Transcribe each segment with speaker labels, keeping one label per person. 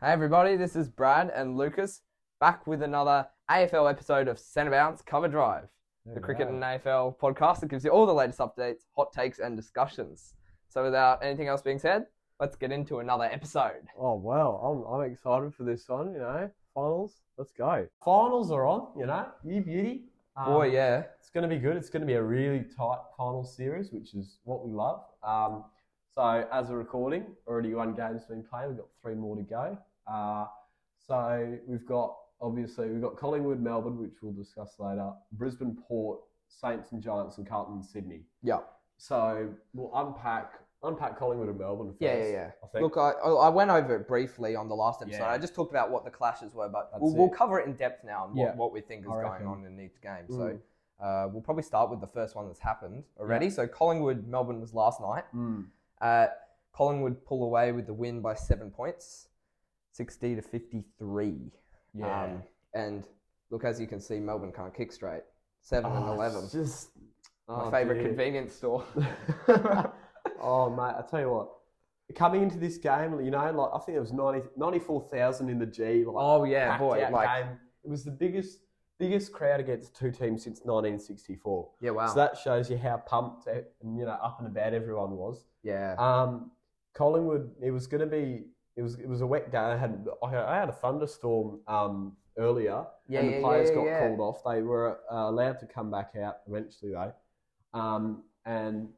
Speaker 1: Hey everybody, this is Brad and Lucas back with another AFL episode of Centre Bounce Cover Drive, the cricket and AFL podcast that gives you all the latest updates, hot takes, and discussions. So, without anything else being said, let's get into another episode.
Speaker 2: Oh wow, I'm I'm excited for this one. You know, finals. Let's go. Finals are on. You know, you beauty. Um,
Speaker 1: Boy, yeah,
Speaker 2: it's going to be good. It's going to be a really tight final series, which is what we love. Um, so as a recording, already one game's been played. We've got three more to go. Uh, so we've got obviously we've got Collingwood, Melbourne, which we'll discuss later. Brisbane, Port, Saints and Giants, and Carlton, and Sydney.
Speaker 1: yeah,
Speaker 2: So we'll unpack unpack Collingwood and Melbourne first.
Speaker 1: yeah, yeah, yeah.
Speaker 2: I think.
Speaker 1: Look, I I I went over it briefly on the last episode.
Speaker 2: Yeah.
Speaker 1: I just talked about what the clashes were, but
Speaker 2: That's
Speaker 1: we'll, we'll
Speaker 2: it.
Speaker 1: cover it in depth now and what,
Speaker 2: Yeah.
Speaker 1: what we think is
Speaker 2: I
Speaker 1: going
Speaker 2: reckon.
Speaker 1: on in each game. So.
Speaker 2: Mm.
Speaker 1: Uh, we'll probably start with the first one that's happened already. So Collingwood, Melbourne was last night.
Speaker 2: Mm.
Speaker 1: Uh, Collingwood pull away with the win by seven points, 60 to 53.
Speaker 2: Yeah.
Speaker 1: Um, and look, as you can see, Melbourne can't kick straight. 7 and
Speaker 2: Oh,
Speaker 1: 11.
Speaker 2: it's Just
Speaker 1: My
Speaker 2: oh,
Speaker 1: favourite
Speaker 2: dear.
Speaker 1: convenience store.
Speaker 2: oh mate, I tell you what. Coming into this game, you know, like I think it was 90, 94,000 in the G. Like,
Speaker 1: oh, yeah,
Speaker 2: packed
Speaker 1: boy.
Speaker 2: out
Speaker 1: Like,
Speaker 2: game. It was the biggest biggest crowd against two teams since 1964.
Speaker 1: yeah, wow.
Speaker 2: So that shows you how pumped eh, and you know up and about everyone was.
Speaker 1: yeah.
Speaker 2: Um, Collingwood, it was going to be it was it was a wet day. I had I had- I had a thunderstorm um, earlier,
Speaker 1: yeah,
Speaker 2: and
Speaker 1: yeah,
Speaker 2: the players
Speaker 1: yeah,
Speaker 2: got
Speaker 1: yeah.
Speaker 2: called off. They were uh, allowed to come back out eventually, though. Um, and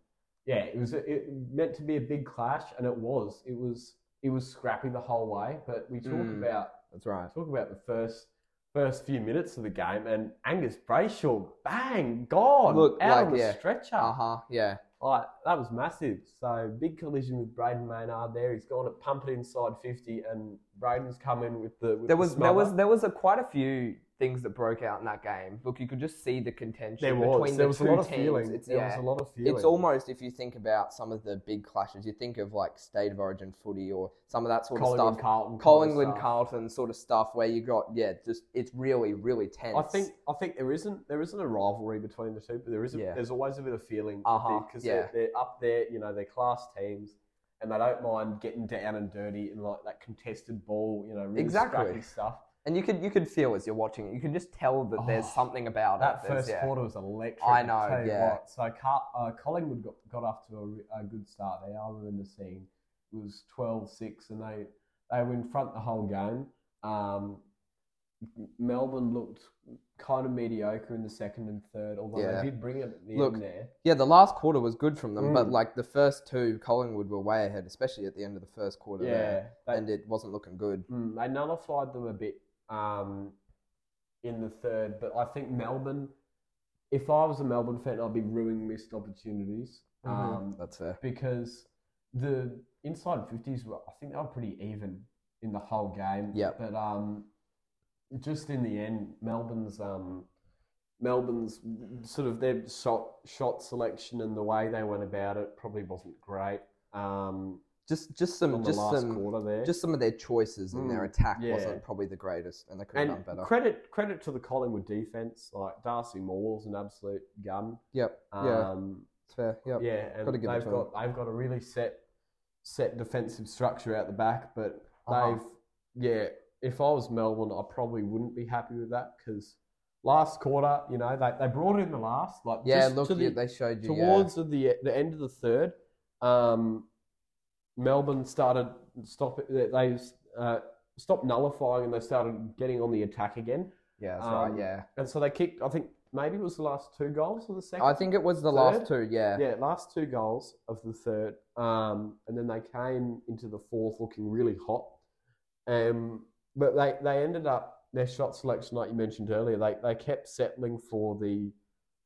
Speaker 2: yeah, it was it meant to be a big clash, and it was. It was it was scrappy the whole way. But we talk
Speaker 1: Mm.
Speaker 2: about
Speaker 1: That's right.
Speaker 2: talk about the first first few minutes of the game, and Angus Brayshaw, bang, gone,
Speaker 1: Look,
Speaker 2: out
Speaker 1: like,
Speaker 2: on the
Speaker 1: yeah.
Speaker 2: stretcher.
Speaker 1: Uh huh. Yeah.
Speaker 2: Like that was massive. So big collision with Braden Maynard there. He's gone to pump it inside fifty, and Braden's come in with the.
Speaker 1: There
Speaker 2: With the
Speaker 1: was there was
Speaker 2: smother.
Speaker 1: there was a, quite a few things that broke out in that game. Look, you could just see the contention
Speaker 2: there
Speaker 1: between
Speaker 2: was
Speaker 1: the
Speaker 2: there was
Speaker 1: two
Speaker 2: a lot of
Speaker 1: teams.
Speaker 2: feeling.
Speaker 1: It's,
Speaker 2: there
Speaker 1: yeah.
Speaker 2: was a lot of feeling.
Speaker 1: It's almost if you think about some of the big clashes, you think of like state of origin footy or some of that sort of
Speaker 2: Collingwood,
Speaker 1: stuff.
Speaker 2: Carlton,
Speaker 1: Collingwood,
Speaker 2: Carlton.
Speaker 1: Carlton sort of stuff where you got yeah, just it's really really tense.
Speaker 2: I think I think there isn't there isn't a rivalry between the two, but there is a,
Speaker 1: Yeah.
Speaker 2: there's always a bit of feeling
Speaker 1: Uh-huh,
Speaker 2: because
Speaker 1: yeah.
Speaker 2: they're, they're up there, you know, they're class teams, and they don't mind getting down and dirty and like that contested ball, you know, really
Speaker 1: Exactly.
Speaker 2: scrappy stuff.
Speaker 1: and you could you could feel as you're watching it, you can just tell that there's
Speaker 2: Oh,
Speaker 1: something about
Speaker 2: That
Speaker 1: it. There's-
Speaker 2: first
Speaker 1: yeah.
Speaker 2: quarter was electric.
Speaker 1: I know,
Speaker 2: tell you
Speaker 1: yeah.
Speaker 2: what. So Car- uh, Collingwood got, got off to a re- a, good start. They I remember seeing it was 12-6 and they they were in front the whole game. Um, Melbourne looked kind of mediocre in the second and third, although
Speaker 1: Yeah.
Speaker 2: they did bring it at the
Speaker 1: Look,
Speaker 2: end there.
Speaker 1: Yeah, the last quarter was good from them, but
Speaker 2: Mm.
Speaker 1: like the first two, Collingwood were way ahead, especially at the end of the first quarter.
Speaker 2: Yeah,
Speaker 1: there,
Speaker 2: they,
Speaker 1: and it wasn't looking good.
Speaker 2: mm, they nullified them a bit um, in the third, but I think Melbourne. If I was a Melbourne fan, I'd be ruining missed opportunities. Um,
Speaker 1: That's fair.
Speaker 2: because the inside fifties were I think they were pretty even in the whole game.
Speaker 1: Yep.
Speaker 2: But um, just in the end, Melbourne's um, Melbourne's sort of their shot shot selection and the way they went about it probably wasn't great. Um,
Speaker 1: Just just
Speaker 2: on
Speaker 1: some
Speaker 2: the
Speaker 1: just
Speaker 2: last
Speaker 1: some
Speaker 2: quarter there.
Speaker 1: just some of their choices in their
Speaker 2: Mm,
Speaker 1: attack
Speaker 2: yeah.
Speaker 1: wasn't probably the greatest, and they could have
Speaker 2: and
Speaker 1: done better.
Speaker 2: credit credit to the Collingwood defense. Like Darcy Moore's an absolute gun.
Speaker 1: Yep. yeah.
Speaker 2: Um,
Speaker 1: It's fair. Yep.
Speaker 2: Yeah, and
Speaker 1: Gotta give it
Speaker 2: they've
Speaker 1: to
Speaker 2: got they've got a really set set defensive structure out the back, but
Speaker 1: Uh-huh.
Speaker 2: they've yeah. If I was Melbourne, I probably wouldn't be happy with that because last quarter, you know, they, they brought in the last like
Speaker 1: Yeah,
Speaker 2: just
Speaker 1: look,
Speaker 2: to
Speaker 1: yeah,
Speaker 2: the-
Speaker 1: they showed you.
Speaker 2: towards of the the end of the third. Um, Melbourne started stop they- they uh, stopped nullifying and they started getting on the attack again,
Speaker 1: yeah, yeah, that's
Speaker 2: um,
Speaker 1: right. Yeah,
Speaker 2: and so they kicked. I think maybe it was the last two goals or the second.
Speaker 1: I think it was the last two. Yeah,
Speaker 2: Yeah, last two goals of the third, um, and then they came into the fourth looking really hot. Um, but they, they ended up their shot selection, like you mentioned earlier, they, they kept settling for the,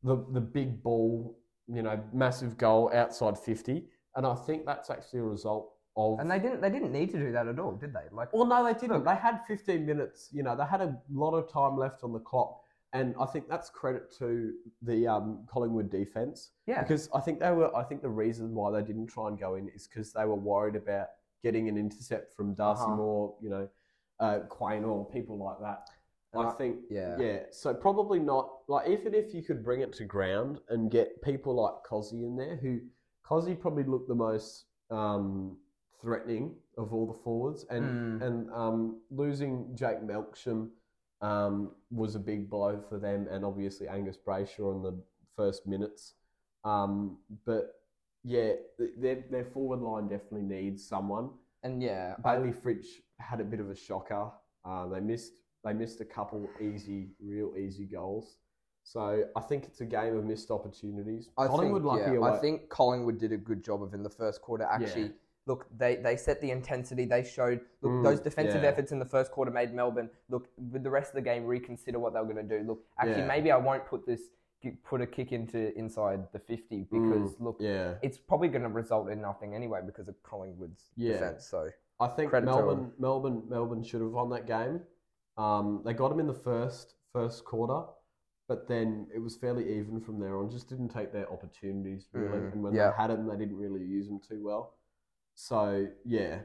Speaker 2: the the big ball, you know, massive goal outside fifty, and I think that's actually a result of.
Speaker 1: and they didn't. They didn't need to do that at all, did they? Like,
Speaker 2: well, no, they didn't. They had fifteen minutes. You know, they had a lot of time left on the clock, and I think that's credit to the um, Collingwood defense.
Speaker 1: yeah,
Speaker 2: Because I think they were. I think the reason why they didn't try and go in is because they were worried about getting an intercept from Darcy
Speaker 1: Uh-huh.
Speaker 2: Moore, you know, uh, Quain or people like that.
Speaker 1: And
Speaker 2: I
Speaker 1: I-
Speaker 2: think,
Speaker 1: yeah.
Speaker 2: yeah. So probably not. Like even if you could bring it to ground and get people like Cozzy in there, who Cozzy probably looked the most um, threatening of all the forwards, and and um, losing Jake Melksham um, was a big blow for them, and obviously Angus Brayshaw in the first minutes. Um, but yeah, th- their their forward line definitely needs someone.
Speaker 1: And yeah,
Speaker 2: Bailey Fritch had a bit of a shocker. Uh, they missed they missed a couple easy, real easy goals. So I think it's a game of missed opportunities.
Speaker 1: I
Speaker 2: Collingwood
Speaker 1: think,
Speaker 2: lucky
Speaker 1: yeah,
Speaker 2: away.
Speaker 1: I think Collingwood did a good job of in the first quarter. Actually, look, they, they set the intensity. They showed look
Speaker 2: Mm,
Speaker 1: those defensive
Speaker 2: yeah.
Speaker 1: efforts in the first quarter made Melbourne look with the rest of the game reconsider what they were going to do. Look, actually,
Speaker 2: Yeah.
Speaker 1: maybe I won't put this put a kick into inside the fifty
Speaker 2: Mm.
Speaker 1: because look,
Speaker 2: yeah.
Speaker 1: it's probably going to result in nothing anyway because of Collingwood's
Speaker 2: Yeah.
Speaker 1: defense. So
Speaker 2: I think
Speaker 1: Credit to 'em.
Speaker 2: Melbourne, Melbourne, Melbourne should have won that game. Um, they got them in the first first quarter, but then it was fairly even from there on. Just didn't take their opportunities really,
Speaker 1: Mm,
Speaker 2: and when
Speaker 1: yeah.
Speaker 2: they had them, they didn't really use them too well. So yeah,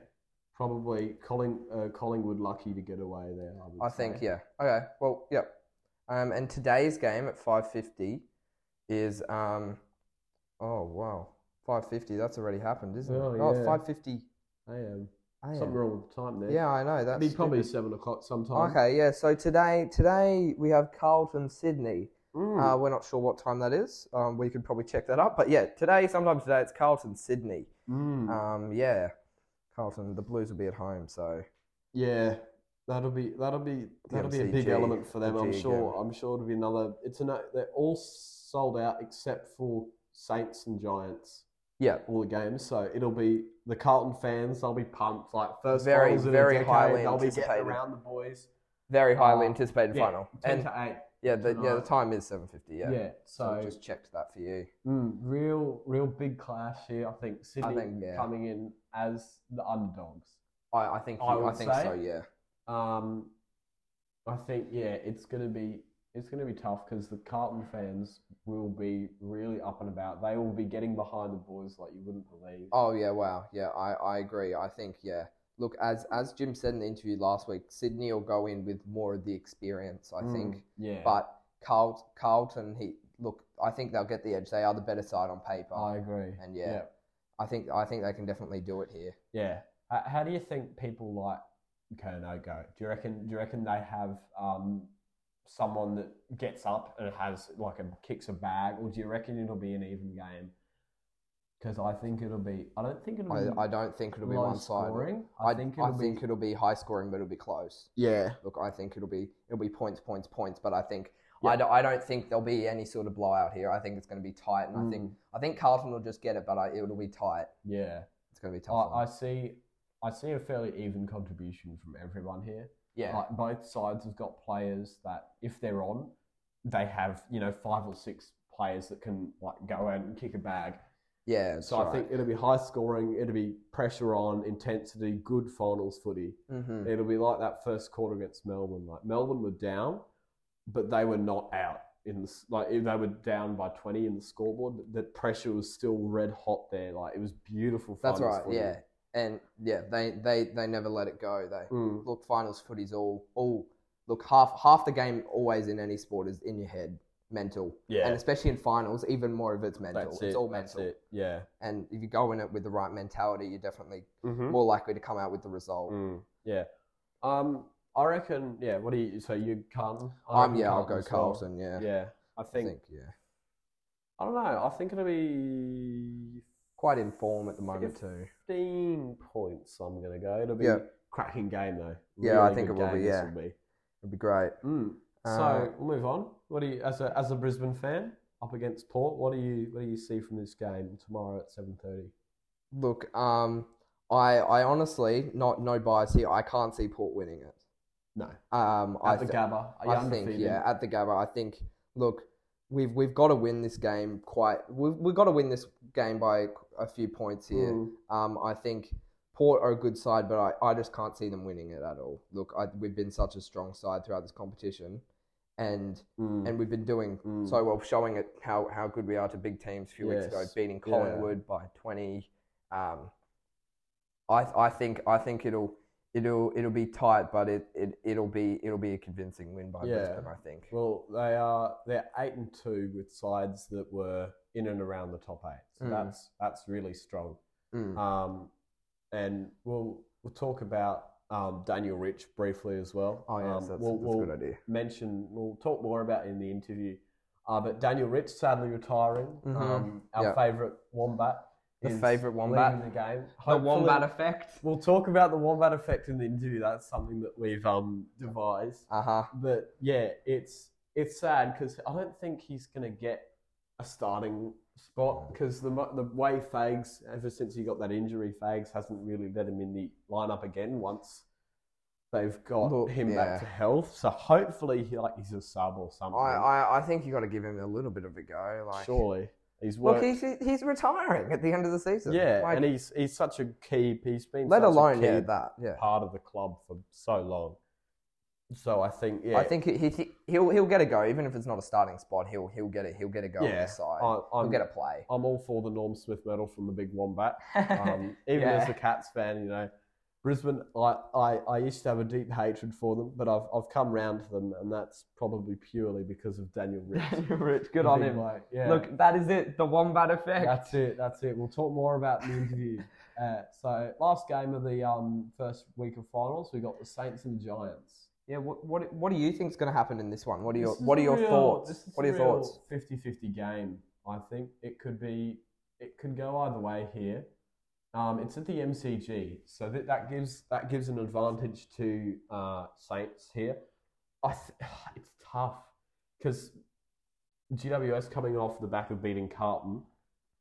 Speaker 2: probably Colling, uh, Collingwood lucky to get away there. I, would
Speaker 1: I think
Speaker 2: say.
Speaker 1: yeah. Okay. Well, yep. Um, and today's game at five fifty is um, oh wow, five fifty. That's already happened, isn't
Speaker 2: Oh,
Speaker 1: it?
Speaker 2: yeah.
Speaker 1: Oh, five fifty.
Speaker 2: I am something
Speaker 1: a.m.
Speaker 2: wrong with the time there.
Speaker 1: Yeah, I know.
Speaker 2: it'd
Speaker 1: That's
Speaker 2: be probably seven o'clock sometime.
Speaker 1: okay. Yeah. So today, today we have Carlton Sydney.
Speaker 2: Mm.
Speaker 1: Uh, we're not sure what time that is. Um, we could probably check that up. But yeah, today, sometime today, it's Carlton Sydney.
Speaker 2: Mm.
Speaker 1: Um, yeah, Carlton. The Blues will be at home, so
Speaker 2: Yeah, that'll be that'll be that'll be a big
Speaker 1: MCG,
Speaker 2: element for them. I'm
Speaker 1: MCG
Speaker 2: sure.
Speaker 1: again.
Speaker 2: I'm sure it'll be another. It's an they're all sold out except for Saints and Giants.
Speaker 1: yeah.
Speaker 2: All the games, so it'll be the Carlton fans. They'll be pumped. Like first
Speaker 1: Very,
Speaker 2: finals in a
Speaker 1: very
Speaker 2: decade,
Speaker 1: highly
Speaker 2: They'll be getting
Speaker 1: anticipated.
Speaker 2: around the boys.
Speaker 1: Very highly
Speaker 2: Uh,
Speaker 1: anticipated
Speaker 2: yeah,
Speaker 1: final.
Speaker 2: Ten
Speaker 1: And
Speaker 2: to eight.
Speaker 1: yeah, the, yeah, the
Speaker 2: tonight.
Speaker 1: time is seven fifty.
Speaker 2: Yeah.
Speaker 1: So
Speaker 2: So
Speaker 1: just checked that for you.
Speaker 2: mm, real, real big clash here. I think Sydney
Speaker 1: think, yeah.
Speaker 2: coming in as the underdogs.
Speaker 1: I, I think
Speaker 2: I
Speaker 1: you- I,
Speaker 2: would
Speaker 1: think
Speaker 2: say.
Speaker 1: so. Yeah.
Speaker 2: Um, I think yeah, it's gonna be it's gonna be tough because the Carlton fans will be really up and about. They will be getting behind the boys like you wouldn't believe.
Speaker 1: Oh yeah. Wow. Yeah. I, I agree. I think yeah. Look, as as Jim said in the interview last week, Sydney will go in with more of the experience. I
Speaker 2: Mm,
Speaker 1: think,
Speaker 2: yeah,
Speaker 1: but Carl, Carlton. He look. I think they'll get the edge. They are the better side on paper.
Speaker 2: I agree.
Speaker 1: uh, and yeah, I think I think they can definitely do it here.
Speaker 2: yeah. yeah. How, how do you think people like okay no go? Do you reckon? Do you reckon they have um someone that gets up and has like a kicks a bag, or do you reckon it'll be an even game? Because I think it'll be. I don't think it'll be.
Speaker 1: I, I don't think it'll be
Speaker 2: Hmm. low
Speaker 1: one sided.
Speaker 2: scoring. I, think it'll be.
Speaker 1: it'll be high scoring, but it'll be close.
Speaker 2: yeah.
Speaker 1: Look, I think it'll be it'll be points, points, points. But I think
Speaker 2: Yeah.
Speaker 1: I, don't, I don't think there'll be any sort of blowout here. I think it's going to be tight, and
Speaker 2: Mm.
Speaker 1: I think I think Carlton will just get it, but I, it'll be tight.
Speaker 2: yeah.
Speaker 1: It's going to be a
Speaker 2: I,
Speaker 1: tough. one.
Speaker 2: I see. I see a fairly even contribution from everyone here.
Speaker 1: yeah,
Speaker 2: Like both sides have got players that, if they're on, they have you know five or six players that can like go out and kick a bag.
Speaker 1: yeah. that's
Speaker 2: so I
Speaker 1: right.
Speaker 2: think it'll be high scoring. It'll be pressure on, intensity, good finals footy.
Speaker 1: Mhm.
Speaker 2: It'll be like that first quarter against Melbourne. Like Melbourne were down, but they were not out in the s- like if they were down by twenty in the scoreboard. The pressure was still red hot there. Like it was beautiful.
Speaker 1: that's
Speaker 2: finals
Speaker 1: right.
Speaker 2: footy.
Speaker 1: Yeah, and yeah, they they they never let it go. They
Speaker 2: Mm.
Speaker 1: look finals footy's all all look half half the game always in any sport is in your head, mental.
Speaker 2: Yeah.
Speaker 1: and especially in finals, even more of it's mental.
Speaker 2: That's
Speaker 1: it's
Speaker 2: it,
Speaker 1: all
Speaker 2: that's
Speaker 1: mental.
Speaker 2: it, Yeah.
Speaker 1: And if you go in it with the right mentality, you're definitely
Speaker 2: Mm-hmm.
Speaker 1: more likely to come out with the result.
Speaker 2: Yeah. Um, I reckon. Yeah. What do you? So you Carlton? I
Speaker 1: I'm
Speaker 2: reckon
Speaker 1: yeah, I'll go
Speaker 2: as well.
Speaker 1: Carlton. Yeah,
Speaker 2: Yeah. I
Speaker 1: I
Speaker 2: think,
Speaker 1: think yeah,
Speaker 2: I don't know. I think it'll be
Speaker 1: quite in form at the moment
Speaker 2: If-
Speaker 1: too.
Speaker 2: fifteen points. I'm gonna go. It'll be
Speaker 1: Yeah.
Speaker 2: cracking game though.
Speaker 1: Yeah, I
Speaker 2: Really
Speaker 1: think
Speaker 2: good
Speaker 1: it will be,
Speaker 2: game this
Speaker 1: yeah.
Speaker 2: will be.
Speaker 1: It'd be great.
Speaker 2: Mm.
Speaker 1: Uh,
Speaker 2: so we'll move on. What do you as a as a Brisbane fan up against Port? What do you what do you see from this game tomorrow at seven thirty?
Speaker 1: Look, um, I I honestly not no bias here. I can't see Port winning it.
Speaker 2: No,
Speaker 1: Um,
Speaker 2: at
Speaker 1: I
Speaker 2: the
Speaker 1: thi-
Speaker 2: Gabba. Are you
Speaker 1: I think
Speaker 2: undefeated?
Speaker 1: yeah, at the Gabba, I think look, we've we've got to win this game quite. We've we've got to win this game by a few points here.
Speaker 2: Mm.
Speaker 1: Um, I think Port are a good side, but I, I just can't see them winning it at all. Look, I, we've been such a strong side throughout this competition, and
Speaker 2: Mm.
Speaker 1: and we've been doing
Speaker 2: Mm.
Speaker 1: so well, showing it how, how good we are to big teams a few weeks ago,
Speaker 2: Yes.
Speaker 1: beating
Speaker 2: Yeah.
Speaker 1: Collingwood by twenty. Um, I I think I think it'll it'll it'll be tight, but it, it it'll be it'll be a convincing win by
Speaker 2: Yeah.
Speaker 1: Brisbane. I think.
Speaker 2: Well, they are they're eight and two with sides that were in and around the top eight. So
Speaker 1: Mm.
Speaker 2: that's that's really strong.
Speaker 1: Mm.
Speaker 2: Um, and well, We'll talk about um, Daniel Rich briefly as well.
Speaker 3: Oh, yeah,
Speaker 2: Um,
Speaker 3: that's,
Speaker 2: we'll-
Speaker 3: that's
Speaker 2: we'll
Speaker 3: a good idea.
Speaker 2: mention, we'll talk more about in the interview. Uh, but Daniel Rich sadly retiring.
Speaker 1: Mhm.
Speaker 2: Um, our
Speaker 1: Yeah.
Speaker 2: favourite wombat.
Speaker 1: The
Speaker 2: is
Speaker 1: favourite wombat.
Speaker 2: leaving the game.
Speaker 1: The
Speaker 2: Hopefully-
Speaker 1: wombat effect.
Speaker 2: We'll talk about the wombat effect in the interview. That's something that we've um, devised.
Speaker 1: Uh huh.
Speaker 2: But yeah, it's it's sad because I don't think he's gonna get a starting spot because the mo- the way Fags ever since he got that injury, Fags hasn't really let him in the lineup again once they've got
Speaker 3: Look,
Speaker 2: him
Speaker 3: yeah.
Speaker 2: back to health. So hopefully, he, like he's a sub or
Speaker 3: I,
Speaker 2: something.
Speaker 3: I, I think you got to give him a little bit of a go. Like,
Speaker 2: Surely he's
Speaker 1: Look,
Speaker 2: worked.
Speaker 1: he's, he's retiring at the end of the season.
Speaker 2: yeah,
Speaker 1: Like,
Speaker 2: and he's he's such a key. He's been
Speaker 1: let
Speaker 2: such a
Speaker 1: alone
Speaker 2: key
Speaker 1: yeah, that. Yeah.
Speaker 2: part of the club for so long. So I think yeah,
Speaker 1: I think he, he he'll he'll get a go even if it's not a starting spot. He'll he'll get it. He'll get a go on
Speaker 2: Yeah,
Speaker 1: the side.
Speaker 2: I,
Speaker 1: he'll
Speaker 2: I'm
Speaker 1: get a play.
Speaker 2: I'm all for the Norm Smith medal from the big wombat. Um, even
Speaker 1: Yeah.
Speaker 2: as a Cats fan, you know, Brisbane, I, I, I used to have a deep hatred for them, but I've, I've come round to them, and that's probably purely because of Daniel Rich.
Speaker 1: Rich, good
Speaker 2: The
Speaker 1: on
Speaker 2: big
Speaker 1: him.
Speaker 2: bloke, yeah.
Speaker 1: Um, Look, that is it. The wombat effect.
Speaker 2: that's it. That's it. We'll talk more about the interview. Uh, so, last game of the um, first week of finals, we got the Saints and Giants.
Speaker 1: Yeah. What what, what do you think's going to happen in this one? What are your
Speaker 2: This is
Speaker 1: what are
Speaker 2: a
Speaker 1: your
Speaker 2: real-
Speaker 1: thoughts?
Speaker 2: this is
Speaker 1: What are
Speaker 2: a
Speaker 1: your
Speaker 2: real
Speaker 1: thoughts?
Speaker 2: 50-50 game. I think it could be. It could go either way here. Um, it's at the MCG, so that, that gives that gives an advantage to uh, Saints here. I th- it's tough because GWS coming off the back of beating Carlton,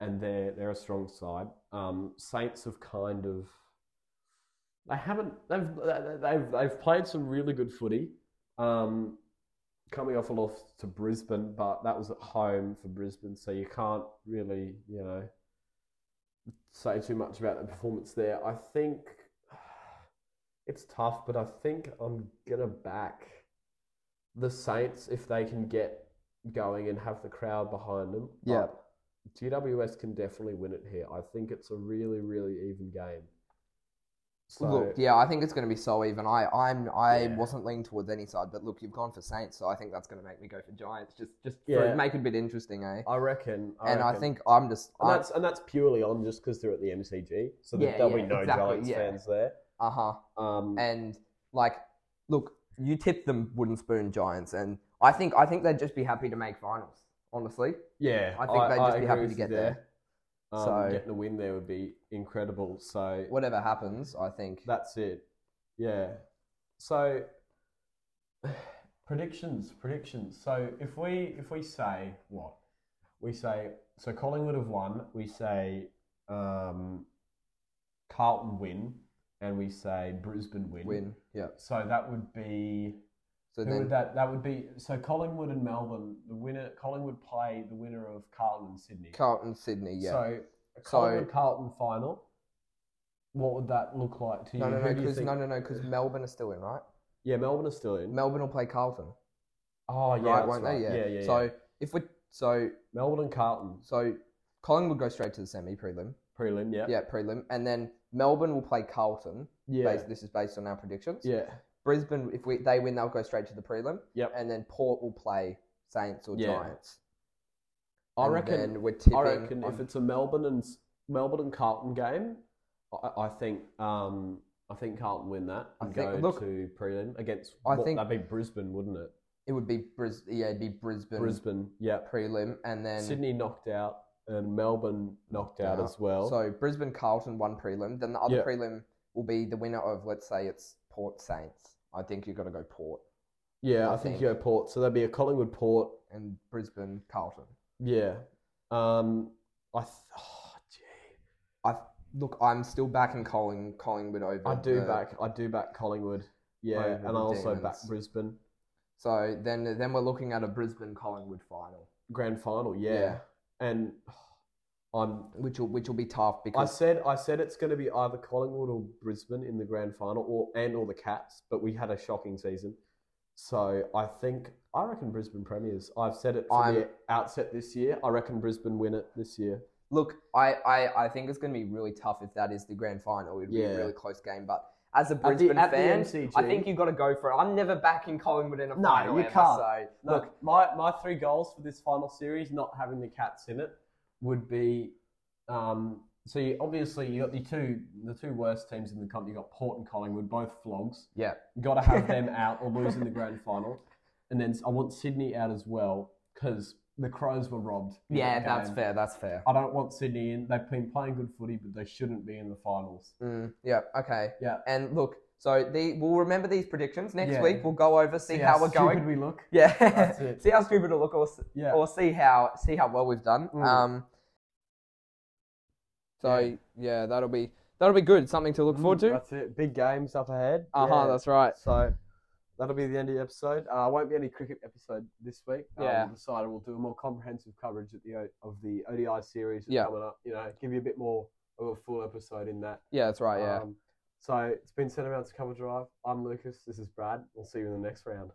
Speaker 2: and they're they're a strong side. Um, Saints have kind of they haven't they've they've they've played some really good footy. Um, coming off a loss to Brisbane, but that was at home for Brisbane, so you can't really, you know, say too much about the performance there. I think it's tough, but I think I'm gonna back the Saints if they can get going and have the crowd behind them.
Speaker 1: Yeah.
Speaker 2: But GWS can definitely win it here. I think it's a really, really even game. So,
Speaker 1: Look, yeah, I think it's going to be so even. I, I'm, I
Speaker 2: Yeah.
Speaker 1: wasn't leaning towards any side, but look, you've gone for Saints, so I think that's going to make me go for Giants. Just, just
Speaker 2: Yeah.
Speaker 1: for, make it a bit interesting, eh?
Speaker 2: I reckon. I
Speaker 1: and I
Speaker 2: reckon.
Speaker 1: think I'm just,
Speaker 2: And
Speaker 1: uh
Speaker 2: that's and that's purely on just because they're at the MCG, so
Speaker 1: Yeah,
Speaker 2: there- there'll
Speaker 1: yeah,
Speaker 2: be no
Speaker 1: exactly,
Speaker 2: Giants
Speaker 1: yeah.
Speaker 2: fans there.
Speaker 1: huh,
Speaker 2: Um,
Speaker 1: and like, look, you tipped them wooden spoon Giants, and I think, I think they'd just be happy to make finals. Honestly,
Speaker 2: yeah,
Speaker 1: I think they'd just be
Speaker 2: agree
Speaker 1: happy
Speaker 2: with
Speaker 1: to
Speaker 2: you
Speaker 1: get
Speaker 2: Um,
Speaker 1: So-
Speaker 2: getting a win there would be incredible. So
Speaker 1: whatever happens, I think.
Speaker 2: that's it. Yeah. So predictions, predictions. So if we if we say what we say, so Collingwood have won. We say um, Carlton win, and we say Brisbane win.
Speaker 1: win, yeah.
Speaker 2: So that would be
Speaker 1: So
Speaker 2: Who
Speaker 1: then,
Speaker 2: would that that would be so Collingwood and Melbourne. The winner Collingwood play the winner of Carlton and Sydney.
Speaker 1: Carlton, Sydney, yeah.
Speaker 2: So a
Speaker 1: So-
Speaker 2: Collingwood Carlton final. What would that look like to you?
Speaker 1: no, no,
Speaker 2: Who
Speaker 1: no,
Speaker 2: do you
Speaker 1: because
Speaker 2: think-
Speaker 1: no, no, no, 'cause Melbourne are still in, right?
Speaker 2: yeah, Melbourne are still in.
Speaker 1: Melbourne will play Carlton,
Speaker 2: oh
Speaker 1: right?
Speaker 2: yeah, that's
Speaker 1: Won't
Speaker 2: right.
Speaker 1: they?
Speaker 2: yeah,
Speaker 1: Yeah.
Speaker 2: yeah.
Speaker 1: so
Speaker 2: yeah.
Speaker 1: if we, so
Speaker 2: Melbourne and Carlton
Speaker 1: So Collingwood go straight to the semi prelim.
Speaker 2: prelim. Yeah,
Speaker 1: Yeah, prelim. And then Melbourne will play Carlton.
Speaker 2: yeah,
Speaker 1: Based, this is based on our predictions.
Speaker 2: yeah.
Speaker 1: Brisbane, if we they win, they'll go straight to the prelim.
Speaker 2: Yep.
Speaker 1: And then Port will play Saints or
Speaker 2: Yeah.
Speaker 1: Giants.
Speaker 2: I
Speaker 1: And
Speaker 2: reckon.
Speaker 1: then we're tipping.
Speaker 2: I reckon
Speaker 1: I'm-
Speaker 2: if it's a Melbourne and s- Melbourne and Carlton game, I, I think um, I think Carlton win that
Speaker 1: I
Speaker 2: and
Speaker 1: think-
Speaker 2: go
Speaker 1: look,
Speaker 2: to prelim against.
Speaker 1: I
Speaker 2: what-
Speaker 1: think-
Speaker 2: that'd be Brisbane, wouldn't it?
Speaker 1: it would be Bris- yeah, it'd be Brisbane,
Speaker 2: Brisbane, yeah.
Speaker 1: prelim, and then
Speaker 2: Sydney knocked out and Melbourne knocked out
Speaker 1: Yeah.
Speaker 2: as well.
Speaker 1: So Brisbane, Carlton, one prelim. Then the other
Speaker 2: Yeah.
Speaker 1: prelim will be the winner of let's say it's Port Saints. I think you've got to go Port
Speaker 2: yeah,
Speaker 1: I
Speaker 2: I, think
Speaker 1: think.
Speaker 2: you go Port. So there'd be a Collingwood Port.
Speaker 1: and Brisbane, Carlton.
Speaker 2: Yeah. Um, I th- oh, gee.
Speaker 1: I look, I'm still backing Colling, Collingwood over.
Speaker 2: I do
Speaker 1: the-
Speaker 2: back. I do back Collingwood. Yeah,
Speaker 1: Over
Speaker 2: and I
Speaker 1: the
Speaker 2: also back
Speaker 1: Demons.
Speaker 2: Brisbane
Speaker 1: So then, then we're looking at a Brisbane Collingwood final,
Speaker 2: grand final. Yeah,
Speaker 1: Yeah.
Speaker 2: and oh, I'm.
Speaker 1: which will which will be tough
Speaker 2: I
Speaker 1: because
Speaker 2: said I said it's going to be either Collingwood or Brisbane in the grand final, or and or the Cats. But we had a shocking season, so I think I reckon Brisbane premiers. I've said it from the outset this year. I reckon Brisbane win it this year.
Speaker 1: look, I, I, I think it's going to be really tough if that is the grand final. It'd be
Speaker 2: Yeah.
Speaker 1: a really close game, but as a
Speaker 2: the-
Speaker 1: Brisbane
Speaker 2: at the
Speaker 1: fan,
Speaker 2: MCG.
Speaker 1: I think you've got to go for it. I'm never backing Collingwood in a
Speaker 2: No,
Speaker 1: final.
Speaker 2: you
Speaker 1: ever,
Speaker 2: can't.
Speaker 1: So
Speaker 2: Look,
Speaker 1: look,
Speaker 2: my, my three goals for this final series, not having the Cats in it, would be um, so you, obviously you got the two the two worst teams in the comp. You got Port and Collingwood, both flogs.
Speaker 1: Yeah.
Speaker 2: Got to have them out or lose in the grand final. And then I want Sydney out as well because the Crows were robbed. in
Speaker 1: Yeah,
Speaker 2: that
Speaker 1: that's
Speaker 2: game.
Speaker 1: fair. That's fair.
Speaker 2: I don't want Sydney in. They've been playing good footy, but they shouldn't be in the finals.
Speaker 1: Mm, yeah. Okay.
Speaker 2: Yeah.
Speaker 1: And look, so the we'll remember these predictions next
Speaker 2: Yeah.
Speaker 1: week. We'll go over, see how we're
Speaker 2: stupid
Speaker 1: going.
Speaker 2: we look. That's
Speaker 1: Yeah.
Speaker 2: it.
Speaker 1: see how stupid it'll look, or s-
Speaker 2: Yeah.
Speaker 1: or see how see how well we've done.
Speaker 2: Mm.
Speaker 1: Um. So yeah.
Speaker 2: Yeah. Mm,
Speaker 1: that'll be that'll be good. Something to look forward to.
Speaker 2: That's it. Big games up ahead.
Speaker 1: Uh huh.
Speaker 2: Yeah.
Speaker 1: That's right.
Speaker 2: So that'll be the end of the episode. Uh, won't be any cricket episode this week. Uh,
Speaker 1: Yeah.
Speaker 2: we'll decide we'll do a more comprehensive coverage at the o- of the ODI series that's
Speaker 1: Yeah.
Speaker 2: coming up. You know, give you a bit more of a full episode in that.
Speaker 1: Yeah, that's right. Yeah.
Speaker 2: Um, so it's been Centimeters Cover Drive. I'm Lucas. This is Brad. We'll see you in the next round.